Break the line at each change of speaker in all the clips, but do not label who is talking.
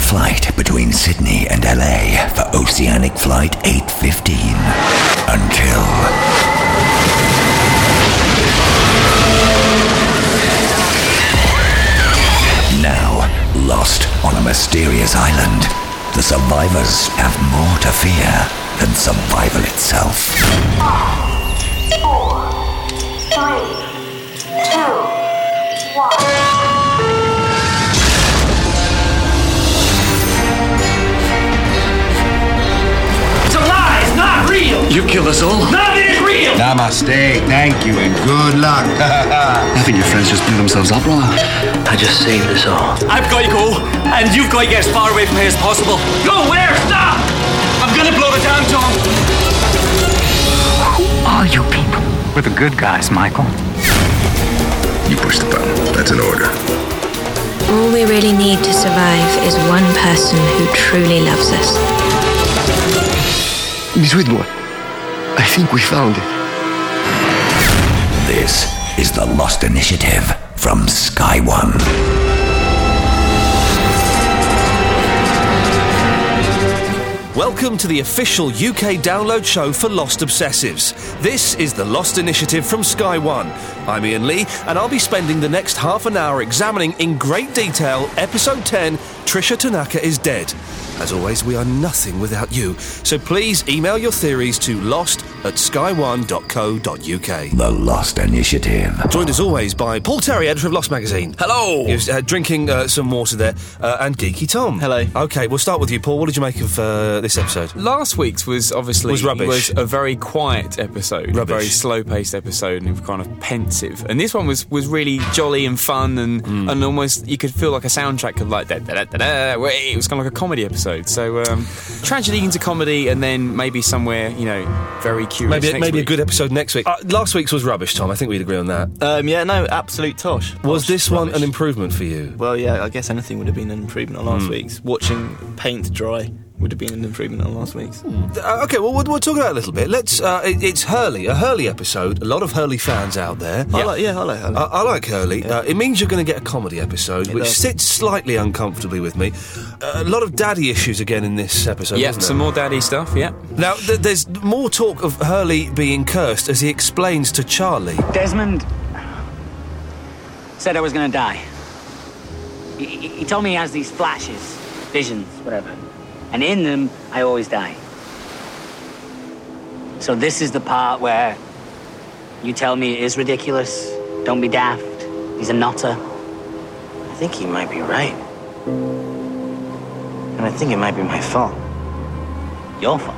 flight between Sydney and LA for Oceanic Flight 815. Until. Now, lost on a mysterious island, the survivors have more to fear than survival itself.
Four, three, two, one.
It's a lie. It's not real.
You killed us all.
None of it is real.
Namaste, thank you, and good luck.
I think your friends just blew themselves up, brother. I just saved us all.
I've got to go, and you've got to get as far away from here as possible.
Go where? Stop.
I'm gonna blow the damn Tom.
Are you people? We're the good guys, Michael.
You push the button. That's an order.
All we really need to survive is one person who truly loves us.
Miss Whitmore, I think we found it.
This is the Lost Initiative from Sky One.
Welcome to the official UK download show for Lost Obsessives. This is the Lost Initiative from Sky One. I'm Ian Lee, and I'll be spending the next half an hour examining in great detail episode 10 Trisha Tanaka is Dead. As always, we are nothing without you, so please email your theories to lost at skyone.co.uk.
The Lost Initiative.
Joined as always by Paul Terry, editor of Lost Magazine.
Hello.
He was, uh, drinking uh, some water there, uh, and Geeky Tom.
Hello.
Okay, we'll start with you, Paul. What did you make of uh, this episode?
Last week's was obviously
Was rubbish.
a very quiet episode,
Rubbish.
a very slow-paced episode, and kind of pensive. And this one was was really jolly and fun, and
Hmm.
and almost you could feel like a soundtrack of like da da da da. da where It was kind of like a comedy episode. So um, tragedy into comedy, and then maybe somewhere you know very curious.
Maybe
next
maybe
week.
a good episode next week. Uh, last week's was rubbish, Tom. I think we'd agree on that.
Um, yeah, no, absolute tosh.
was this one an
rubbish.
improvement for you?
Well, yeah, I guess anything would have been an improvement on
Hmm.
last week's. Watching paint dry would have been an improvement on last week's.
Hmm.
Uh, okay, well we'll, we'll talk about it a little bit. Let's. Uh, it, it's Hurley, a Hurley episode. A lot of Hurley fans out there.
I like, yeah, I like that.
I, I like Hurley. Uh, it means you're going to get a comedy episode, which
does.
sits slightly uncomfortably with me. Uh, a lot of daddy issues again in this episode.
Yeah,
wasn't
some
there?
more daddy stuff. Yeah.
Now, th- there's more talk of Hurley being cursed as he explains to Charlie.
Desmond said I was gonna die. He, he- he told me he has these flashes, visions, whatever. And in them, I always die. So this is the part where you tell me it is ridiculous. Don't be daft. He's a nutter.
I think he might be right. And I think it might be my fault.
Your fault.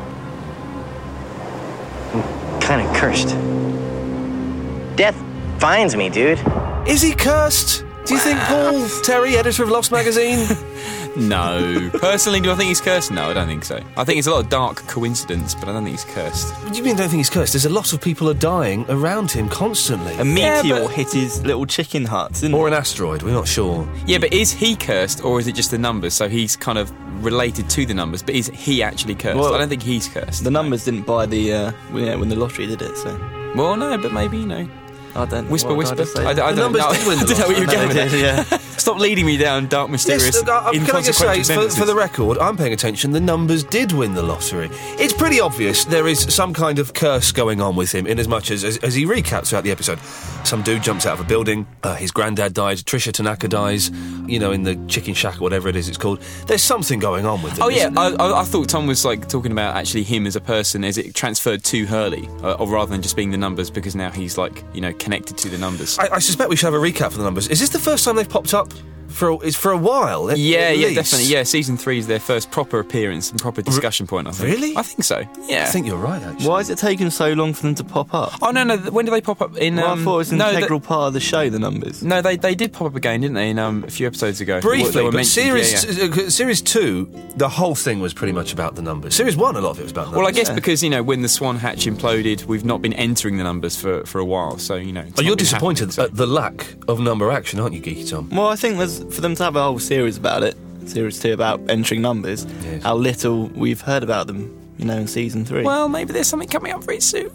Kind of cursed. Death finds me, dude.
Is he cursed? Do you think Paul Terry, editor of Lost Magazine?
No. Personally, do I think he's cursed? No, I don't think so. I think it's a lot of dark coincidence, but I don't think he's cursed.
What do you mean don't think he's cursed? There's a lot of people are dying around him constantly.
A meteor hit his little chicken heart, didn't
or
it?
an asteroid, we're not sure.
Yeah, but is he cursed or is it just the numbers? So he's kind of related to the numbers, but is he actually cursed?
Well,
I don't think he's cursed.
The numbers didn't buy the uh, well, yeah, when the lottery did it, so
Well, no, but maybe you know.
I don't.
Whisper,
what did I
whisper.
just say?
I, d- I
The
don't
numbers
know.
did win the
I don't know what you're
No,
getting
it
at.
did, yeah.
Stop leading me down dark, mysterious,
Yes, uh, can I just say,
inconsequential
for, for the
sentences.
record, I'm paying attention. The numbers did win the lottery. It's pretty obvious there is some kind of curse going on with him, in as much as, as, as he recaps throughout the episode. Some dude jumps out of a building, uh, his granddad died, Trisha Tanaka dies, you know, in the chicken shack or whatever it is it's called. There's something going on with him.
Oh yeah,
isn't there?
I, I, I thought Tom was like talking about actually him as a person, as it transferred to Hurley, uh, or rather than just being the numbers, because now he's like you know connected to the numbers.
I, I suspect we should have a recap for the numbers. Is this the first time they've popped up for a, it's for a while? at-
Yeah,
at
yeah,
least?
definitely. Yeah, season three is their first proper appearance and proper discussion point. I think.
really?
I think so. Yeah.
I think you're right. Actually,
Why is it taking so long for them to pop up?
oh no, no. th- When do they pop up in?
Well,
um,
I thought it was an
no, th-
integral part of the show. The numbers.
no, they they did pop up again, didn't they? In um, a few episodes ago. They
briefly,
were
but
mentioned,
series
yeah, yeah.
uh, series two, the whole thing was pretty much about the numbers. Series one, a lot of it was about. Numbers.
Well, I guess because you know when the Swan Hatch imploded, we've not been entering the numbers for, for a while, so you know. it's
Oh,
not
you're
been happening,
disappointed
so-
at the lack of number action, aren't you, Geeky Tom?
Well, I think there's for them to have a whole series about it, series two about entering numbers.
Yes.
How little we've heard about them, you know, in season three.
well, maybe there's something coming up very soon.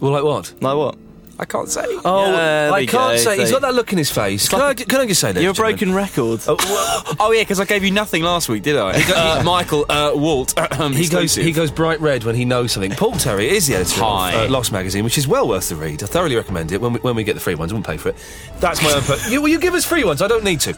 Well, like what?
like what?
I can't say.
Oh, I can't say. He's got that look in his face. Can, I, can I just say that?
You're a broken record. Oh, well- oh, yeah, because I gave you nothing last week, did I? Uh, Michael uh, Walt. um,
he goes
exclusive.
he goes bright red when he knows something. Paul Terry is the editor
Hi.
of uh, Lost magazine, which is well worth the read. I thoroughly recommend it. When we, when we get the free ones, I wouldn't pay for it. That's my own. Per- you, will you give us free ones? I don't need to.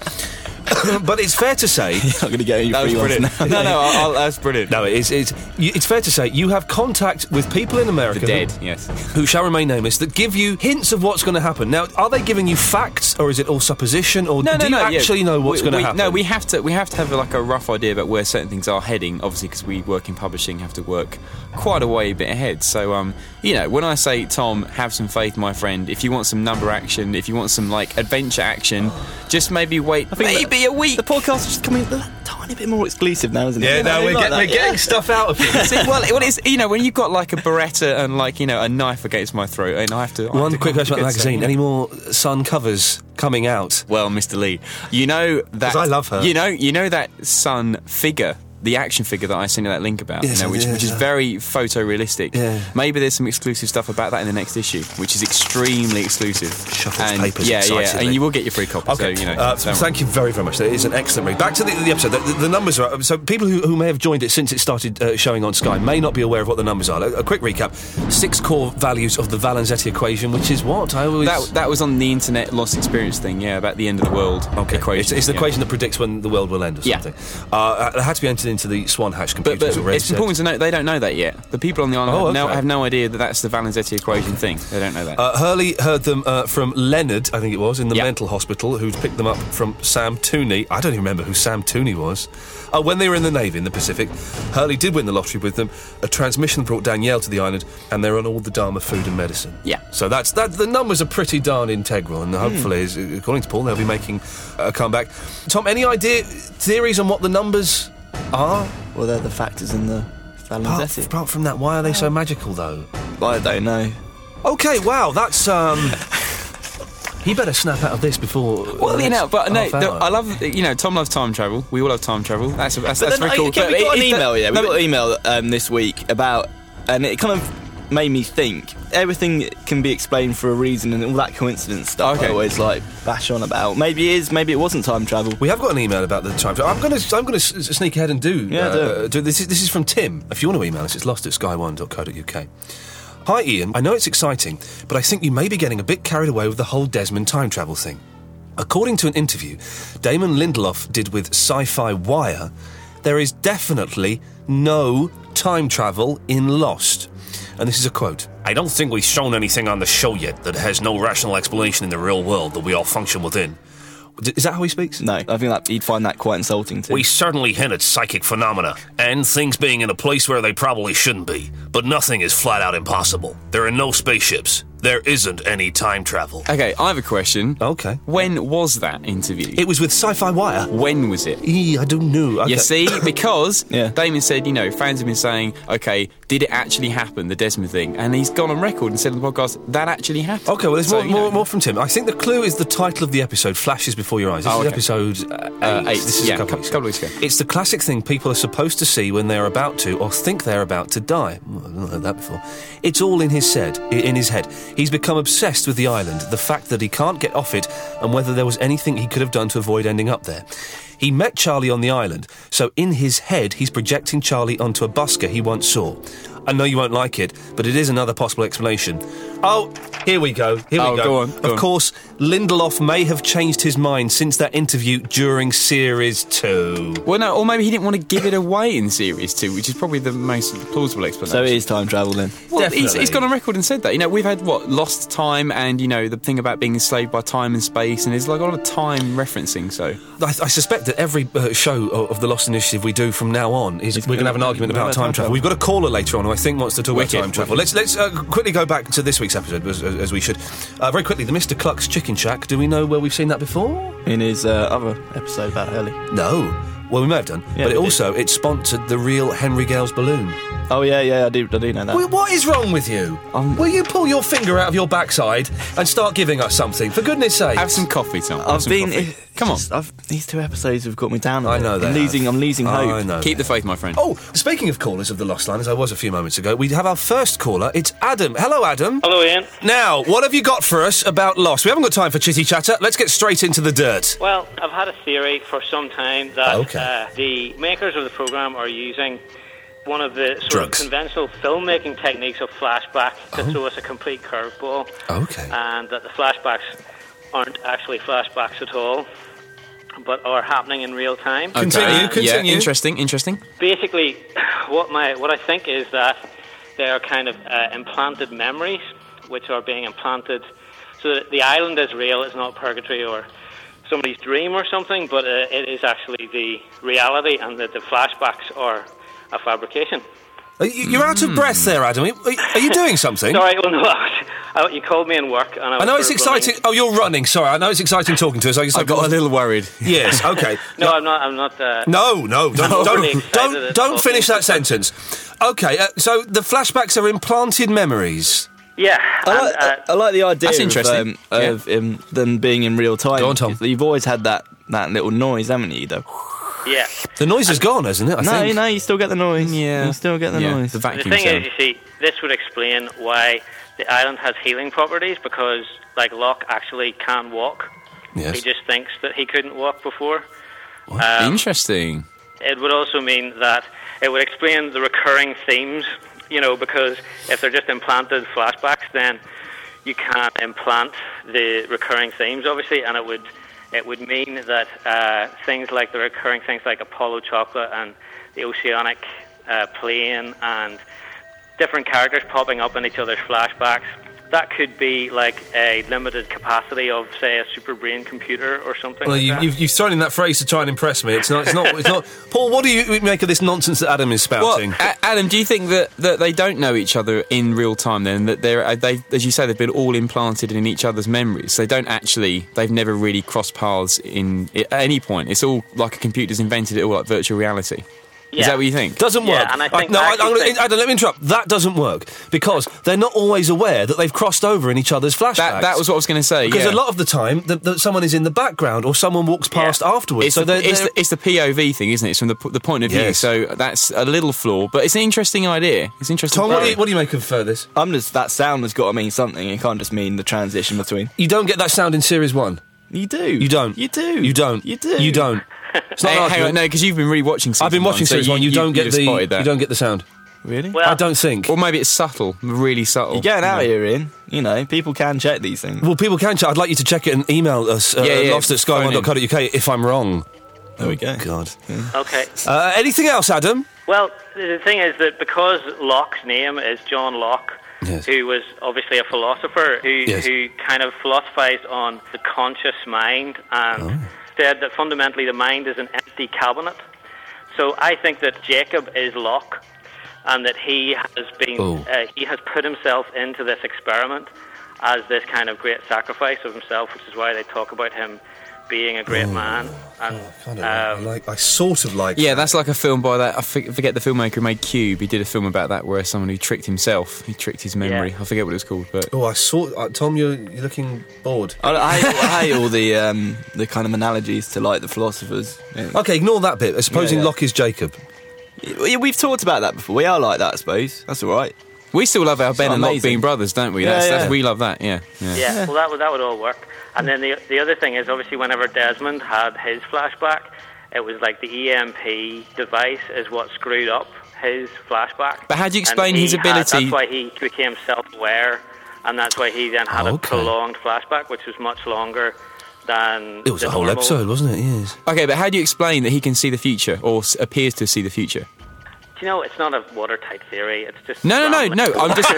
but it's fair to say
I'm going to get any
That was
free ones
brilliant.
No,
now.
no, I'll, I'll, that's brilliant.
No, it is, it's, you- it's fair to say you have contact with people in America.
The dead,
who,
yes.
Who shall remain nameless that give you hints of what's going to happen. Now, are they giving you facts or is it all supposition or do you
yeah.
actually know what's
We-
going to
we-
happen?
No, we have to. We have to have like a rough idea about where certain things are heading. Obviously, because we work in publishing, have to work quite a way a bit ahead. So, um, you know, when I say Tom, have some faith, my friend. If you want some number action, if you want some like adventure action, just maybe wait, maybe a week.
The podcast is just coming a tiny bit more exclusive now, isn't it?
Yeah, no,
I
we're,
like
get,
that.
we're getting stuff out of you.
See, well, it- well, it's you know when you've got like a beretta and like you know a knife against my throat, and I have to. I have
One
to
quick
come up
question about the
with
magazine.
something.
Any more Sun covers coming out?
Well, Mr. Lee, you know that
'Cause I love her.
You know, you know that sun figure, the action figure that I sent you that link about,
Yes,
you know,
I
which,
did,
which is
yeah.
very photorealistic.
Yeah.
Maybe there's some exclusive stuff about that in the next issue, which is extremely exclusive.
Shuffles
and,
papers
yeah, yeah,
excitedly.
and you will get your free copy. So you know,
uh,
don't
so
worry.
thank you very, very much. That is an excellent read. Back to the, the episode. The, the, the numbers are so people who, who may have joined it since it started uh, showing on Sky may not be aware of what the numbers are. A, a quick recap: six core values of the Valenzetti equation, which is what I always.
That, that was on the internet lost experience thing, yeah, about the end of the world
Okay.
equation.
It's, it's the
yeah.
equation that predicts when the world will end or
Yeah.
something. Uh, it had to be entered into the Swan Hatch computer.
But, but
as we already
it's
said.
important to note they don't know that yet. The people on the island
Oh,
have, no,
okay.
have no idea that that's the Valenzetti equation thing. They don't know that.
Uh, Hurley heard them uh, from Leonard, I think it was, in the
Yeah.
mental hospital, who'd picked them up from Sam Tooney. I don't even remember who Sam Tooney was. Uh, when they were in the Navy in the Pacific, Hurley did win the lottery with them. A transmission brought Danielle to the island, and they're on all the Dharma food and medicine.
Yeah.
So that's that. The numbers are pretty darn integral, and hopefully, is
Hmm.
according to Paul, they'll be making a comeback. Tom, any idea theories on what the numbers are?
Well, they're the factors in the
Apart,
Valenzetti.
apart from that, why are they so magical, though?
I don't know.
Okay, wow, that's um. he better snap out of this before.
Well, you know, but no,
half hour.
no, I love you know Tom loves time travel. We all love time travel. That's that's,
But
that's
then,
very cool.
okay,
But
we got
it-
an
it-
email, yeah. We
no,
got
but-
an email um, this week about, and it kind of made me think. Everything can be explained for a reason, and all that coincidence stuff.
Okay.
I always like bash on about. Maybe it is. Maybe it wasn't time travel.
We have got an email about the time. travel. I'm going to I'm going to sneak ahead and do.
Yeah, do it.
this. Is, this is from Tim. If you want to email us, it's lost at sky1.co.uk. Hi, Ian. I know it's exciting, but I think you may be getting a bit carried away with the whole Desmond time travel thing. According to an interview Damon Lindelof did with Sci Fi Wire, there is definitely no time travel in Lost. And this is a quote I don't think we've shown anything on the show yet that has no rational explanation in the real world that we all function within. Is that how he speaks?
No, I think that he'd find that quite insulting too.
We certainly hint at psychic phenomena and things being in a place where they probably shouldn't be, but nothing is flat out impossible. There are no spaceships. There isn't any time travel.
Okay, I have a question.
Okay.
When was that interview?
It was with Sci-Fi Wire.
when was it?
Eee, I don't know. Okay.
You see, because
Yeah.
Damon said, you know, fans have been saying, okay, did it actually happen, the Desmond thing? And he's gone on record and said on the podcast, that actually happened.
Okay, well, there's
So,
more,
you know.
more, more from Tim. I think the clue is the title of the episode, Flashes Before Your Eyes. This
Oh, okay.
is episode uh,
Uh,
eight.
eight.
This is
Yeah,
a couple,
cou-
weeks
couple weeks ago.
It's the classic thing people are supposed to see when they're about to or think they're about to die. Mm, I've not heard that before. It's all in his head. i- In his head, he's become obsessed with the island, the fact that he can't get off it, and whether there was anything he could have done to avoid ending up there. He met Charlie on the island, so in his head, he's projecting Charlie onto a busker he once saw. I know you won't like it, but it is another possible explanation. Oh, here we go. Here
Oh,
we go.
go on, go
of
on.
course, Lindelof may have changed his mind since that interview during series two.
Well, no, or maybe he didn't want to give it away in series two, which is probably the most plausible explanation.
so it is time travel then.
Well, he's,
Definitely.
he's gone on record and said that. You know, we've had what lost time, and you know the thing about being enslaved by time and space, and there's like a lot of time referencing. So
I, I suspect that every uh, show o- of the Lost Initiative we do from now on is we're going to have an argument about time travel. We've got a caller later on who I think wants to talk
Wicked,
about time travel. Let's let's uh, quickly go back to this week's episode as, as we should. Uh, very quickly, the Mr. Cluck's Chicken Shack. Do we know where we've seen that before?
In his uh, other episode about early.
No. Well, we may have done, but it
Yeah, we did.
also it sponsored the real Henry Gales balloon.
Oh yeah, yeah, I do, I do know that.
Well, what is wrong with you?
Um,
Will you pull your finger out of your backside and start giving us something? For goodness sake!
have some coffee, Tom. Have
I've
some
been.
coffee.
If,
Come on.
these two episodes have got me down. a
I
bit.
know
I'm
they
losing.
have.
I'm losing hope.
I know
Keep the faith, my friend.
Oh, speaking of callers of the Lost Land, as I was a few moments ago, we have our first caller. It's Adam. Hello, Adam. Hello, Ian. Now, what have you got for us about Lost? We haven't got time for chitty chatter. Let's get straight into the dirt.
Well, I've had a theory for some time that
Okay.
uh, the makers of the program are using one of the sort
Drugs.
of conventional filmmaking techniques of flashback to throw us a complete curveball,
Okay.
and that the flashbacks aren't actually flashbacks at all, but are happening in real time.
Okay.
continue.
Yeah, interesting, interesting.
Basically, what my what I think is that they are kind of uh, implanted memories, which are being implanted. So that the island is real; it's not purgatory or somebody's dream or something, but uh, it is actually the reality, and that the flashbacks are a fabrication.
Are you- You're out of breath there, Adam. Are you- are you doing something?
Sorry, well, no, I was- I- you called me in work, and I, was
I know
sort
it's
of running.
exciting. Oh, you're running. Sorry, I know it's exciting talking to us. I, guess I got a little worried. Yes. Okay.
No, I'm not. I'm not. Uh,
No, no, don't,
I'm really
don't,
excited
don't,
at
don't
all.
finish that sentence. Okay, uh, so the flashbacks are implanted memories.
Yeah, uh,
I like, I like the idea
Uh, That's
of,
interesting.
um,
Yeah.
of um, them being in real time. Go on, Tom. You've always had that, that little noise, haven't you? Though
Yeah.
the noise is gone, isn't it? I
no,
think.
no, you still get the noise.
Yeah.
you still get the
Yeah,
noise.
the
The thing is, you see, this would explain why the island has healing properties because, like, Locke actually can walk.
Yes.
He just thinks that he couldn't walk before. um,
interesting.
It would also mean that it would explain the recurring themes, you know, because if they're just implanted flashbacks, then you can't implant the recurring themes, obviously, and it would it would mean that uh, things like the recurring things like Apollo chocolate and the oceanic uh, plane and different characters popping up in each other's flashbacks. That could be like a limited capacity of, say, a super brain computer or something.
Well,
like
you,
that.
you've, you've thrown in that phrase to try and impress me. It's not. It's not. It's not. Paul, what do you make of this nonsense that Adam is
Well, uh,
spouting?
A- Adam, do you think that, that they don't know each other in real time? Then that they're uh, they, as you say, they've been all implanted in each other's memories. They don't actually, they've never really crossed paths in at any point. It's all like a computer's invented it all, like virtual reality. Is
Yeah.
that what you think?
Doesn't work. Uh, no, I, am gonna, Adam, let me interrupt. That doesn't work because they're not always aware that they've crossed over in each other's flashbacks.
that, that was what I was going to say.
Because
yeah.
a lot of the time, that that someone is in the background or someone walks past afterwards.
It's,
so
the,
they're,
it's,
they're-
the, it's the POV thing, isn't it? It's from the, p- the point of view.
Yes.
So that's a little flaw, but it's an interesting idea. It's an interesting.
Tom, what do
theory.
you- what
do you make of this?
I'm just that sound has got to mean something. It can't just mean the transition between.
You don't get that sound in series one.
You do.
You don't.
You do.
You don't. You do. You don't. It's not
Hey,
an
Eh, hang
argument.
on, no, because you've been rewatching. Season
I've been watching
one, so
series one. You, don't get
you've
the.
spotted that.
You don't get the sound.
Really?
I don't think.
Or maybe it's subtle, really subtle.
You're getting out here, in. You know, people can check these things.
Well, people can. Check. I'd like you to check it and email us. Uh,
Yeah, yeah,
lost at
phone in.
sky1.co.uk if I'm wrong. Oh,
There we go.
God.
Okay.
Uh, anything else, Adam?
Well, the thing is that because Locke's name is John Locke, who was obviously a philosopher who,
Yes.
who kind of philosophized on the conscious mind and
Oh.
said that fundamentally the mind is an empty cabinet. So I think that Jacob is Locke and that he has been
Oh.
uh, he has put himself into this experiment as this kind of great sacrifice of himself, which is why they talk about him being a great
Oh.
man and um,
I like. I sort of like.
Um, Yeah, that's like a film by that. I fi- forget the filmmaker who made Cube. He did a film about that where someone who tricked himself. He tricked his memory. I forget what it was called, but
Oh, I saw. Uh, Tom, you're, you're looking bored.
I, I, hate, I hate all the um, the kind of analogies to like the philosophers.
Okay, ignore that bit. Supposing Locke is Jacob.
Yeah, we've talked about that before. We are like that, I suppose. That's all right.
We still love our Ben and Locke being brothers, don't we?
Yeah,
that's, That's,
yeah.
we love that. Yeah, yeah.
Yeah, well, that would, that would all work. And then the, the other thing is, obviously, whenever Desmond had his flashback, it was like the EMP device is what screwed up his flashback.
But how do you
And
explain
he
his
had-
ability-
that's why he became self aware, and that's why he then had
Okay.
a prolonged flashback, which was much longer than.
It was
the
a whole
normal.
episode, wasn't it? Yes.
Okay, but how do you explain that he can see the future or s- appears to see the future?
Do you know, it's not a watertight theory. It's just.
No, no, no, no. I'm just.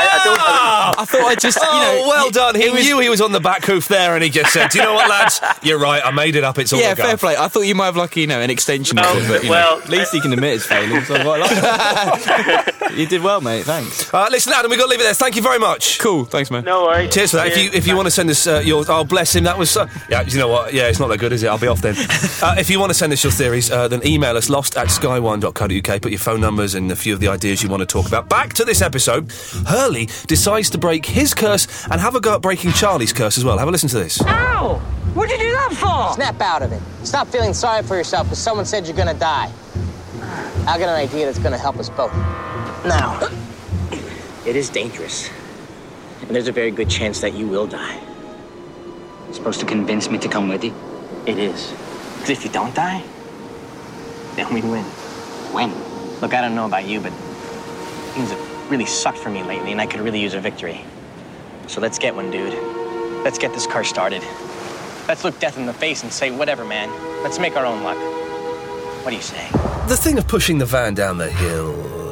I thought I just. Uh, You know,
oh, well
he-
done. He,
he was-
knew he was on the back hoof there, and he just said, "Do you know what, lads? You're right. I made it up. It's all
yeah,
a
fair
guff."
play. I thought you might have like you know an extension.
No,
of it, but, you
well,
know.
At least he can admit his failings. I quite like that. you did well, mate. Thanks.
Uh, listen, Adam, we've got to leave it there. Thank you very much.
Cool. Thanks, man.
No worries.
Cheers for that. If you if you want to send us uh, your oh bless him that was so, yeah you know what yeah it's not that good is it I'll be off then. uh, if you want to send us your theories uh, then email us lost at sky1.co.uk. Put your phone numbers and a few of the ideas you want to talk about. Back to this episode, Hurley decides to break his curse and have a go at breaking Charlie's curse as well. Have a listen to this.
Ow!
What'd you do that for?
Snap out of it. Stop feeling sorry for yourself because someone said you're gonna die. I got an idea that's gonna help us both. Now,
It is dangerous. And there's a very good chance that you will die. supposed to convince me to come with you? It is. Because if you don't die, then we win. Win?
look, I don't know about you, but things have really sucked for me lately, and I could really use a victory. So let's get one, dude. Let's get this car started. Let's look death in the face and say, whatever, man. Let's make our own luck. What do you say?
The thing of pushing the van down the hill.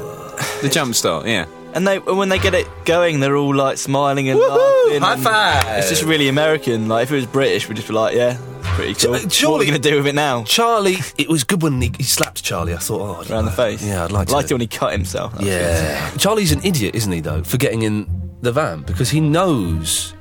The jump start, yeah.
And they when they get it going, they're all like smiling and laughing.
High
and
five!
It's just really American. Like if it was British, we'd just be like, yeah, it's pretty
uh,
cool. what are we gonna do with it now?
Charlie, it was good when he, he slapped Charlie. I thought, oh, I'd
Around the face.
Yeah, I'd like to.
Liked it when he cut himself. That was
Yeah. Charlie's an idiot, isn't he, though, for getting in the van because he knows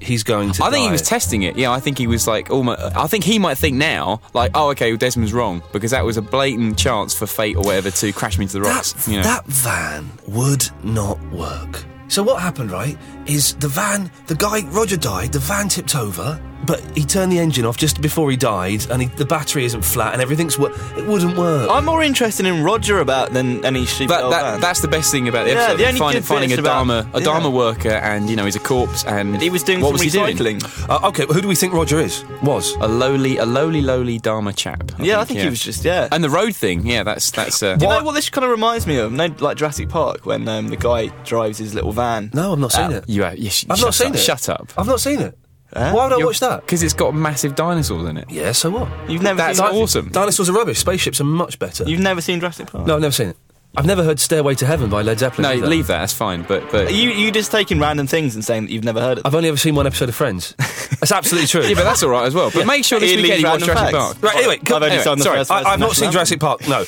he's going to
I think he
die.
was testing it. Yeah, I think he was like almost. I think he might think now, like, oh, okay, well, Desmond's wrong because that was a blatant chance for fate or whatever to crash me to the rocks. you know?
That van would not work. So what happened, right, is the van, the guy, Roger died, the van tipped over, but he turned the engine off just before he died, and he, the battery isn't flat, and everything's, wor- it wouldn't
Oh.
work.
I'm more interested in Roger about than any sheep.
That, that, that's the best thing about the
Yeah,
episode.
the only
find-
good
finding
bit's
a Dharma,
about-
a Dharma
yeah.
worker, and you know he's a corpse, and
He was doing
what
some
was he doing?
recycling.
Uh, okay, who do we think Roger is? Was
a lowly, a lowly, lowly Dharma chap.
Yeah, I think he was just- yeah.
And the road thing, yeah, that's that's. Uh,
Do you know what this kind of reminds me of? No, like Jurassic Park when um, the guy drives his little van.
No, I've not seen it.
You, uh, yes,
I've
shut
not seen
up,
it.
Shut up.
I've not seen it. Why would I watch that?
Because it's got massive dinosaurs in it.
Yeah, so what?
You've never
That's
seen Jurassic-
awesome.
Dinosaurs are rubbish. Spaceships are much better.
You've never seen Jurassic Park.
No, I've never seen it. I've never heard "Stairway to Heaven" by Led Zeppelin.
No,
either.
leave
that. That's fine. But but
You you just taking random things and saying that you've never heard it.
I've only ever seen one episode of Friends. That's absolutely true.
Yeah, but that's all right as well. But make sure this
Ian
weekend
Lee's
you watch
random
Jurassic
facts.
Park.
Right, anyway, come,
I've only
anyway,
seen the
sorry,
first
I,
version
I've
of
not seen
National
Jurassic Park. No,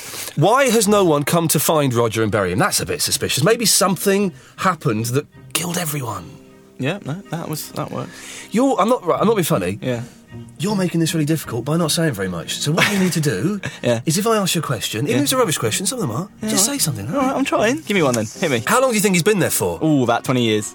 why has no one come to find Roger and bury him? That's a bit suspicious. Maybe something happened that killed everyone.
Yeah, no, that was that worked.
You're, I'm not. Right, I'm not being funny.
Yeah.
You're making this really difficult by not saying very much. So what you need to do is, if I ask you a question, even
Yeah.
if it's a rubbish question, some of them are. just say something. All right,
I'm trying. Give me one then. Hit me.
How long do you think he's been there for?
Oh, about twenty years.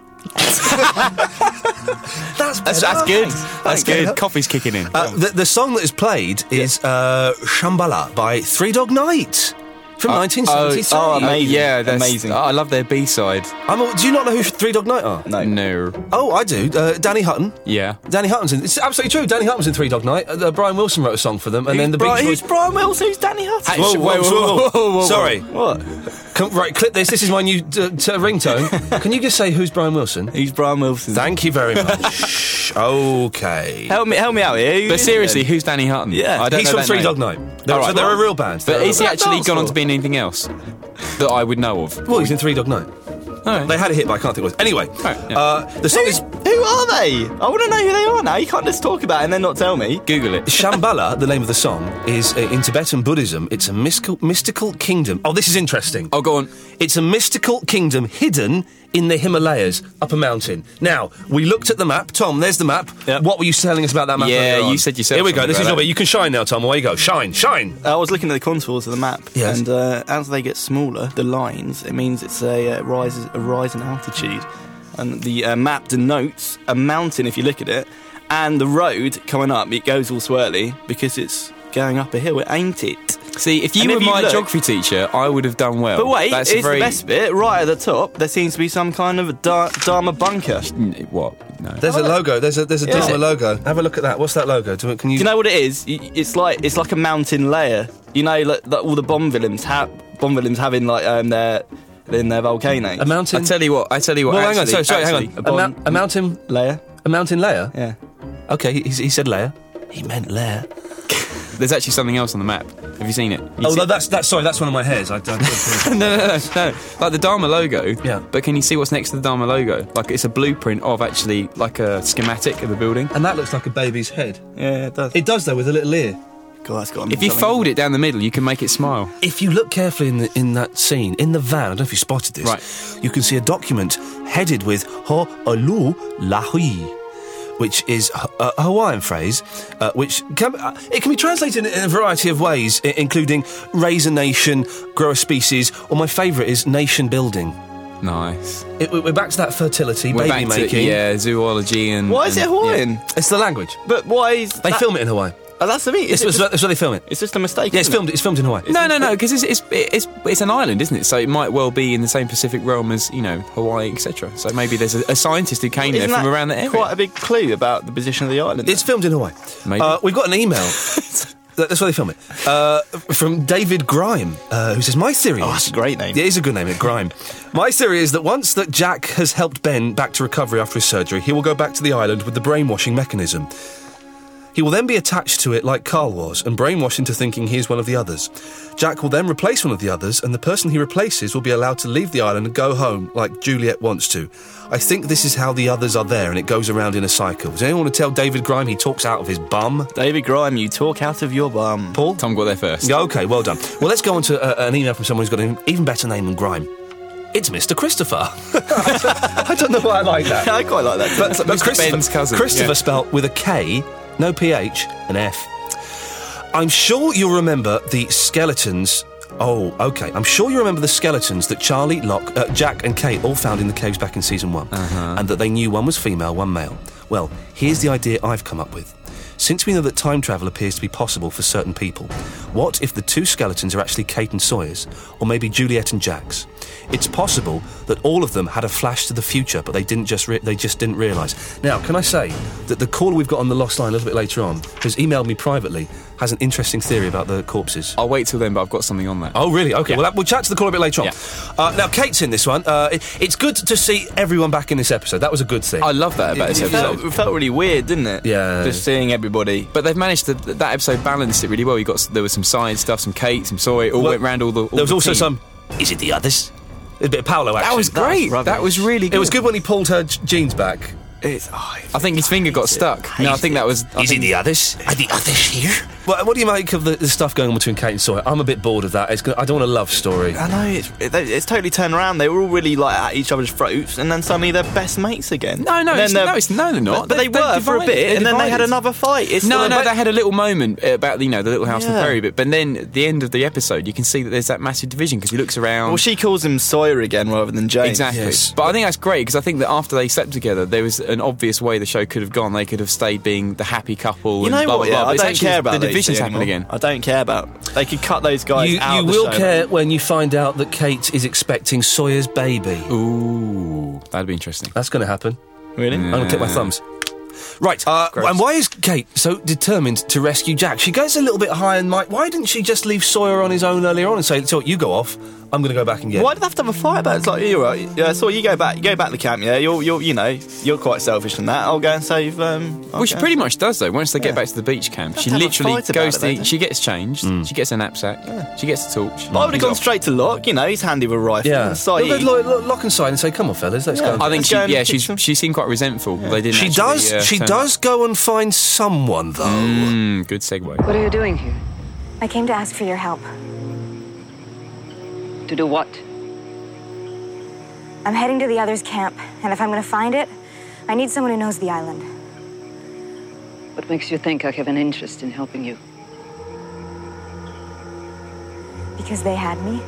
That's
That's,
better.
that's good.
Thanks.
That's
Thanks, Dana.
good. Coffee's kicking in.
Uh, the, the song that is played is uh, Shambhala by Three Dog Night from
Uh,
1973.
Oh, oh, amazing! yeah, that's, amazing. I love their B side.
I'm a- do you not know who Three Dog Night are?
No.
No.
Oh, I do. Uh, Danny Hutton.
Yeah.
Danny Hutton's in. It's absolutely true. Danny Hutton's in Three Dog Night. Uh, uh, Brian Wilson wrote a song for them, and then the
Bri-
Beach
who's
Boys.
Brian Wilson? Who's Danny Hutton?
Hey, whoa, whoa, whoa, whoa, whoa. Sorry.
What?
Can, right, clip this. This is my new uh, t- ringtone. Can you just say who's Brian Wilson?
Who's Brian Wilson?
Thank you very much. okay.
Help me, help me out here.
But seriously, who's Danny Hutton?
Yeah.
I don't
He's
know
from
that
Three
name.
Dog Night. They're,
All right,
they're
well-
a real band.
But
They're a
is he
real band.
actually gone on to be in anything else that I would know of?
Well, he's in Three Dog Night.
right.
They had a hit, but I can't think what it was. Anyway, uh, the song is
Who are they? I want to know who they are now. You can't just talk about it and then not tell me.
Google it.
Shambhala, the name of the song, is uh, in Tibetan Buddhism. It's a mystical, mystical kingdom. Oh, this is interesting.
Oh, go on.
It's a mystical kingdom hidden in the Himalayas, up a mountain. Now, we looked at the map. Tom, there's the map. What were you telling us about that map?
Yeah,
earlier on?
you said yourself
Here we go.
something
This is
about
your
that.
bit. You can shine now, Tom. Away you go. Shine, shine.
Uh, I was looking at the contours of the map,
Yes.
and uh, as they get smaller, the lines, it means it's a uh, rise, a rise in altitude, and the uh, map denotes a mountain if you look at it, and the road coming up, it goes all swirly because it's going up a hill. It ain't it?
See, if you
And
were
if you
my
look-
geography teacher, I would have done well.
But wait,
Um, that's a
it's
very
the best bit. Right at the top, there seems to be some kind of a dar- Dharma bunker. Do
N- What? No.
There's a logo. There's a there's a
Yeah.
Dharma logo. Have a look at that. What's that logo? Do, can you?
you know what it is? Y- It's like it's like a mountain layer. You know, like, that all the bomb villains have bomb villains having like um, their in their volcano.
a mountain.
I tell you what. I tell you what.
well, hang on.
actually-
Sorry, sorry.
actually,
hang on. A, mou- a mountain.
layer.
A mountain layer.
Yeah.
Okay. He, he said layer. He meant layer.
There's actually something else on the map. Have you seen it? You
Oh,
see-
no, that's that's sorry. That's one of my hairs. I, I,
no, no, no, no. Like the Dharma logo.
Yeah.
But can you see what's next to the Dharma logo? Like it's a blueprint of actually like a schematic of a building.
and that looks like a baby's head.
Yeah, it does.
It does though, with a little ear.
God, that's got.
If you fold it down the middle, you can make it smile.
If you look carefully in the, in that scene in the van, I don't know if you spotted this.
Right.
You can see a document headed with Ho Alu Lahui. Which is h- a a Hawaiian phrase, uh, which can, uh, it can be translated in, in a variety of ways, I- including raise a nation, grow a species, or my favourite is nation building.
Nice.
It, we- we're back to that fertility,
We're
baby
back to-
making.
yeah, zoology and.
Why is
and-
it Hawaiian?
yeah. It's the language.
But why is
They
that-
film it in Hawaii.
Oh, that's the thing.
It's,
Is it
it's,
just-
it's where they film it.
It's just a mistake.
Yeah, it's
isn't it?
filmed. It's filmed in Hawaii.
No, no, no, because it's, it's it's it's an island, isn't it? So it might well be in the same Pacific realm as you know Hawaii, etc. So maybe there's a, a scientist who came there
Isn't
from
that
around the area.
Quite a big clue about the position of the island.
It's filmed in Hawaii.
Maybe.
Uh, we've got an email. That- That's where they film it. Uh, from David Grime, uh, who says, My theory is.
Oh, that's a great name.
Yeah, it is a good name, it, Grime. My theory is that once that Jack has helped Ben back to recovery after his surgery, he will go back to the island with the brainwashing mechanism. He will then be attached to it like Carl was and brainwashed into thinking he is one of the others. Jack will then replace one of the others, and the person he replaces will be allowed to leave the island and go home like Juliet wants to. I think this is how the others are there, and it goes around in a cycle. Does anyone want to tell David Grime he talks out of his bum?
David Grime, you talk out of your bum.
Paul?
Tom got there first.
Yeah, okay, well done. Well, let's go on to uh, an email from someone who's got an even better name than Grime. It's Mr. Christopher. I don't know why I like that.
I quite like that.
But, but
Mr.
Christopher,
Ben's cousin,
Christopher
yeah.
spelt with a K, no PH, an F. I'm sure you'll remember the skeletons. Oh, okay. I'm sure you remember the skeletons that Charlie, Locke, uh, Jack, and Kate all found in the caves back in season one,
Uh-huh.
and that they knew one was female, one male. Well, here's the idea I've come up with. Since we know that time travel appears to be possible for certain people, what if the two skeletons are actually Kate and Sawyer's, or maybe Juliet and Jack's? It's possible that all of them had a flash to the future, but they didn't just re- they just didn't realise. Now, can I say that the caller we've got on the lost line a little bit later on has emailed me privately has an interesting theory about the corpses.
I'll wait till then, but I've got something on that.
Oh, really? Okay. Well, that- we'll chat to the caller a bit later on.
Yeah.
Uh, now, Kate's in this one. Uh, it, it's good to see everyone back in this episode. That was a good thing.
I love that about
It
this
felt,
episode.
it felt really weird, didn't it?
Yeah.
Just seeing everybody.
But they've managed to that episode balanced it really well. You got s- there was some science stuff, some Kate, some soy, it all
Well,
went round all the. All
there was
the
also
team.
some. Is it the others? A bit of Paolo action.
That was great. That was, really. good.
It was good when he pulled her j- jeans back.
It's. Oh, it-
I think his finger got stuck. No, I think that was. I think-
others? Are the others here? Well, what do you make of the, the stuff going on between Kate and Sawyer? I'm a bit bored of that. It's gonna, I don't want a love story.
I know it's it, it's totally turned around. They were all really like at each other's throats, and then suddenly they're best mates again.
No, no,
And then
it's-
they're-
no, it's- no, they're not.
But, but they,
They're-
were
they're
for a
divided.
bit,
They're
and then they had
divided.
another fight. It's
No,
still
no,
about-
they had a little moment uh, about you know the little house on the
Yeah.
prairie bit, but then at the end of the episode, you can see that there's that massive division because he looks around.
Well, she calls him Sawyer again rather than James.
exactly,
Yes.
but I think that's great because I think that after they slept together, there was an obvious way the show could have gone. They could have stayed being the happy couple.
You
and
know
blah, Blah,
what? Yeah,
blah, but
I
it's
don't
actually-
care about
the
those
divisions
two
happen
anymore.
again.
I don't care about. They could cut those guys
You,
out.
you
of the
will
show.
care when you find out that Kate is expecting Sawyer's baby.
Ooh, that'd be interesting.
That's going to happen.
really.
I'm going to click my thumbs. Right, uh,
Gross.
and why is Kate so determined to rescue Jack? She goes a little bit high and Mike. Why didn't she just leave Sawyer on his own earlier on and say, "So you go off, I'm going to go back and get."
Why
it."
do they have to have a fight about it? It's like, you're right. Yeah, so you go back, you go back to camp. Yeah, you're, you're, you know, you're quite selfish in that. I'll go and save. Um, I'll
Which
go-
she pretty much does though. Once they get
Yeah.
back to the beach camp,
Don't
she
have a
literally
fight about
goes
it,
to.
though, Hmm.
she gets changed. She gets a knapsack. She gets a torch.
I would have
She's
gone
off.
straight to Locke. You know, he's handy with a rifle.
Yeah,
So
Look, look, look, lock and sign and say, "Come on, fellas, let's
Yeah.
go."
I think
Let's
she,
go and
yeah,
fix
she's
them.
she seemed quite resentful. They didn't.
she
actually,
does.
uh,
she
turn
does go and find someone though.
up. Mm, good segue.
What are you doing here?
I came to ask for your help.
To do what?
I'm heading to the others' camp, and if I'm gonna find it, I need someone who knows the island.
What makes you think I have an interest in helping you?
Because they had me,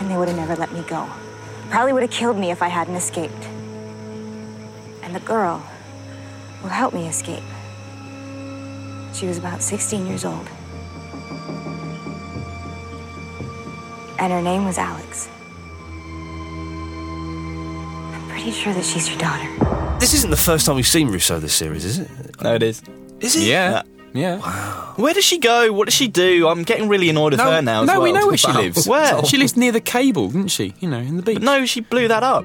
and they would have never let me go. Probably would have killed me if I hadn't escaped. And the girl will help me escape. She was about 16 years old. And her name was Alex. I'm pretty sure that she's your daughter.
This isn't the first time we've seen Rousseau this series, is it?
No, it is.
Is it?
Yeah, yeah.
Where does she go? What does she do? I'm getting really annoyed with her now. as
no, we
well.
know where she lives.
Where?
She lives near the cable, didn't she? You know, in the beach.
But no, she blew that up.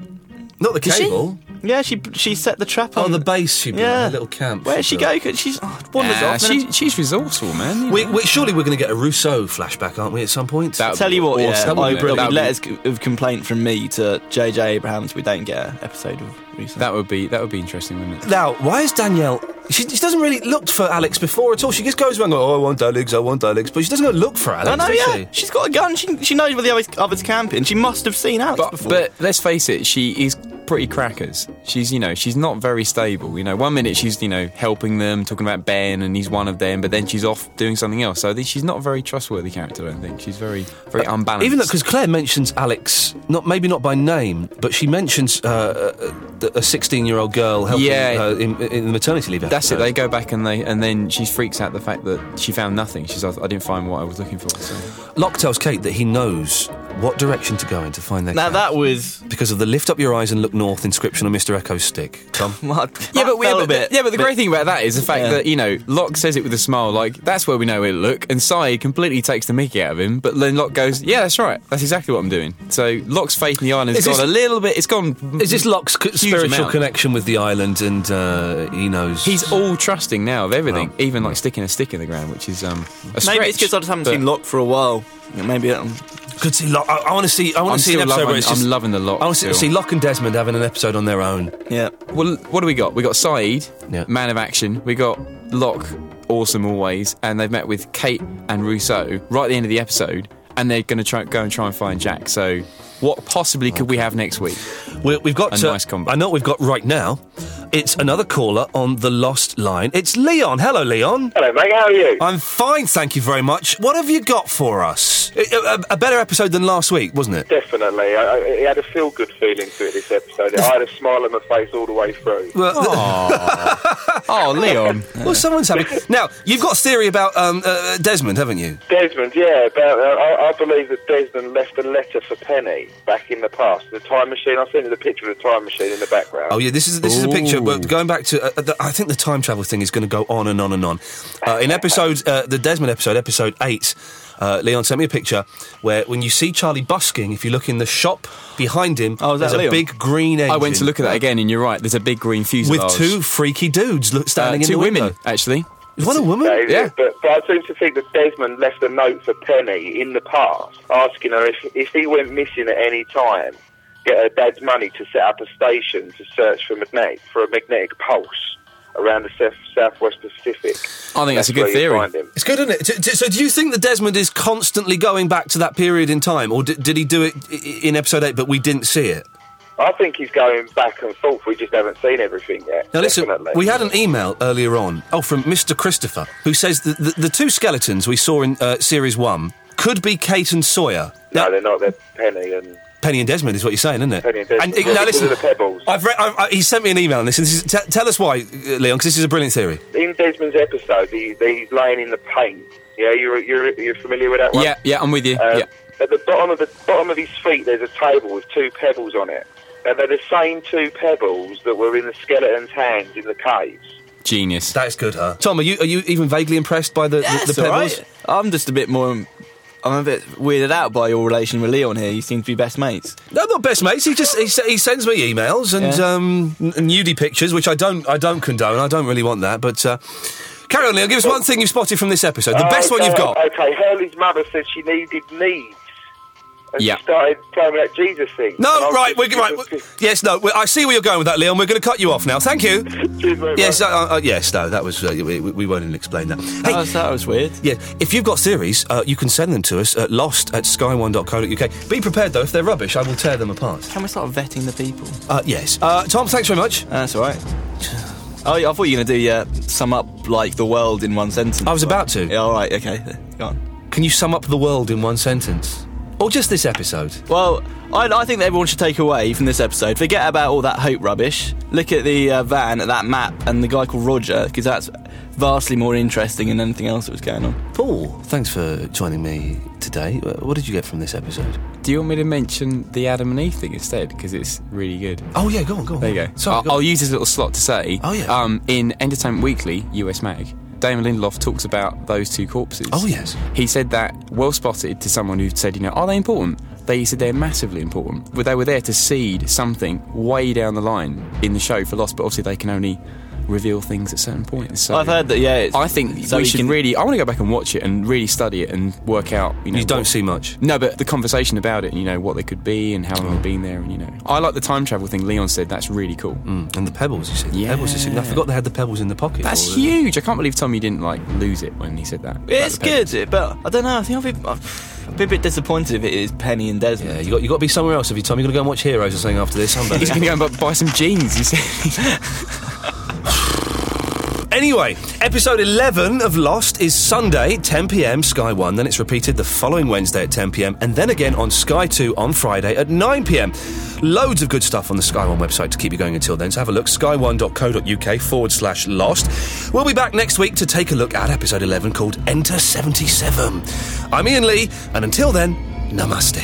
Not the
she?
cable.
Yeah, she she set the trap
Oh,
on
the base she built,
Yeah,
her little camp.
Where did she
built.
go? 'Cause She's oh, wanders
Nah,
off. and
Ah, she, she's resourceful, man. you
We,
know.
we, surely we're going to get a Rousseau flashback, aren't we, at some point?
That-
Tell you what,
Awesome. That
yeah,
would
I
be
agree.
brilliant.
Letters c- of complaint from me to JJ Abrahams. We don't get an episode of recent.
that would be that would be interesting, wouldn't it?
Now, why is Danielle? She, she doesn't really look for Alex before at all. She just goes around, going, "Oh, I want Alex, I want Alex," but she doesn't go look for Alex.
I know,
does
yeah.
she?
She? has got a gun. She, she knows where the others, others camping. She must have seen Alex
But,
before.
but let's face it, she is pretty crackers. She's, you know, she's not very stable. You know, one minute she's, you know, helping them, talking about Ben and he's one of them, but then she's off doing something else. So I think she's not a very trustworthy character, I don't think. She's very, very unbalanced.
Even though, because Claire mentions Alex, not maybe not by name, but she mentions uh, uh, th- a 16 year old girl helping
Yeah.
her in, in the maternity leave.
That's it.
episode.
They go back and they, and then she freaks out the fact that she found nothing. She's like, I didn't find what I was looking for. So.
Locke tells Kate that he knows what direction to go in to find their
Now, that
was because of the lift up your eyes and look north inscription on Mr. Echo's stick. Tom,
yeah, but we, yeah, but, yeah, but the great thing about that is the fact
Yeah.
that you know Locke says it with a smile, like that's where we know it'll look, and Sai completely takes the Mickey out of him. But then Locke goes, "Yeah, that's right, that's exactly what I'm doing." So Locke's faith in the island has
Is
gone
this-
a little bit. It's gone.
is this Locke's c-
huge
spiritual
amount.
connection with the island, and uh, he knows
He's all trusting now of everything, even like sticking a stick in the ground, which is um. A
Maybe it's because I just haven't seen Locke for a while. Yeah, Maybe um,
Good to see Locke. I, want to see. I
I'm
want to see an
still
episode
loving-
where it's just.
I'm loving the Locke
I want to
still.
see Locke and Desmond having an episode on their own.
Yeah.
Well, what do we got? We got Saeed,
Yeah.
man of action. We got Locke, awesome always, and they've met with Kate and Rousseau right at the end of the episode, and they're going to try go and try and find Jack. So, what possibly could we have next week?
We, we've got uh,
A nice combo.
I know what we've got right now. It's another caller on the lost line. It's Leon. Hello, Leon.
Hello, mate. How are you?
I'm fine, thank you very much. What have you got for us? A, a- a better episode than last week, wasn't it?
Definitely. I, I, it had a feel good feeling to it this episode. I had a smile on my face all the way through.
oh, Leon.
well, someone's happy. Now, you've got a theory about um, uh, Desmond, haven't you?
Desmond, yeah, about, uh, I, I believe that Desmond left a letter for Penny back in the past. The time machine. I sent you the picture of the time machine in the background.
Oh yeah, this is this is a picture. But going back to, uh, the, I think the time travel thing is going to go on and on and on. Uh, in episode, uh, the Desmond episode, episode eight, uh, Leon sent me a picture where when you see Charlie busking, if you look in the shop behind him,
Oh, is that
there's
Leon?
a big green engine.
I went to look at that again, and you're right. There's a big green fuselage
with two freaky dudes look,
Uh,
standing in
two
the
women,
window.
actually.
Is one a woman?
That is it. But, but I seem to think that Desmond left a note for Penny in the past, asking her if, if he went missing at any time, get her dad's money to set up a station to search for magnetic for a magnetic pulse around the south, southwest Pacific.
I think that's a good
where you'll
theory.
find him.
It's good, isn't it? D- d- So, do you think that Desmond is constantly going back to that period in time, or did, did he do it i- i- in episode eight, but we didn't see it?
I think he's going back and forth. We just haven't seen everything yet.
Now, listen,
definitely.
we had an email earlier on, oh, from Mr. Christopher, who says that the, the two skeletons we saw in uh, series one could be Kate and Sawyer.
No, they're not. They're Penny and
Penny and Desmond is what you're saying, isn't it?
Penny and Desmond.
And, uh,
Yeah,
now,
because
listen,
of the pebbles.
I've read, I've, I, he sent me an email on this, and this is, t- tell us why, uh, Leon, because this is a brilliant theory.
in Desmond's episode, he, he's laying in the paint. Yeah, you're you're, you're familiar with that one.
Yeah, yeah, I'm with you.
Uh,
yeah.
At the bottom of the bottom of his feet, there's a table with two pebbles on it, and they're the same two pebbles that were in the skeleton's hands in the caves.
Genius.
That's good, huh? Tom, are you, are you even vaguely impressed by the, the,
it's
the
all
pebbles?
right. I'm just a bit more. I'm a bit weirded out by your relation with Leon here. You seem to be best mates.
No, not best mates. He just he, s- he sends me emails and
Yeah.
um, n- nudie pictures, which I don't I don't condone. I don't really want that. But uh, carry on, Leon. Give us one thing you've spotted from this episode.
Oh,
The best one you've
Okay,
got.
Okay, Hurley's mother said she needed needs, and
Yeah.
she started playing with that Jesus thing. And I
No,
was
right, we're,
just-
right. we're- yes, no. we I see where you're going with that, Leon. We're going to cut you off now. Thank you. yes, uh, uh, yes. No, that was uh, we, we won't even explain that. Hey,
Oh, that was weird.
Yeah, if you've got theories, uh, you can send them to us at lost at sky1.co.uk. Be prepared though, if they're rubbish, I will tear them apart.
Can we start vetting the people?
Uh, yes. Uh, Tom, thanks very much.
That's all right. Oh, yeah, I thought you were going to do uh, sum up like the world in one sentence. I was
about to.
Yeah, all right, okay, go on.
Can you sum up the world in one sentence, or just this episode?
Well, I, I think that everyone should take away from this episode. Forget about all that hope rubbish. Look at the uh, van, at that map, and the guy called Roger, because that's vastly more interesting than anything else that was going on.
Paul, thanks for joining me today. Uh, What did you get from this episode?
Do you want me to mention the Adam and Eve thing instead? Because it's really good.
Oh yeah, go on, go on.
There you go. I'll, I'll use this little slot to say. Oh yeah. Um, in Entertainment Weekly, US Mag, Damon Lindelof talks about those two corpses.
Oh, yes.
He said that well spotted to someone who said, you know, are they important? They said they're massively important. But they were there to seed something way down the line in the show for Lost, but obviously they can only reveal things at certain points.
Oh,
So
I've heard that, yeah, it's-
I think
so
we
you
should
can-
really. I want to go back and watch it and really study it and work out. You, know,
You don't
what-
see
much.
No, but the conversation about it. You know what they could be and how long they've been there. And you know, I like the time travel thing. Leon said that's really cool.
Mm. And the pebbles, you see, the
yeah.
pebbles, you see. I forgot they had the pebbles in the pocket.
That's
Or uh, the-
huge. I can't believe Tommy didn't like lose it when he said that.
It's
About the pebbles.
good, it- but I don't know. I think I've been, I've been a bit disappointed if it is Penny and Desmond.
Yeah, you got you got to be somewhere else every time. You got to go and watch Heroes or something after this.
He's going to go and bu- buy some jeans. You see.
Anyway, episode 11 of Lost is Sunday, 10 pm, Sky 1. Then it's repeated the following Wednesday at 10 pm, and then again on Sky 2 on Friday at 9 pm. Loads of good stuff on the Sky 1 website to keep you going until then, so have a look. sky1.co.uk forward slash lost. We'll be back next week to take a look at episode 11 called Enter 77. I'm Ian Lee, and until then, namaste.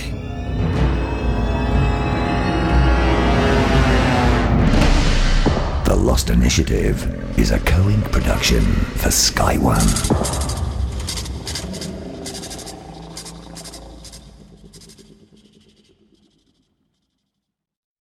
The Lost Initiative is a co-ink production for Sky One.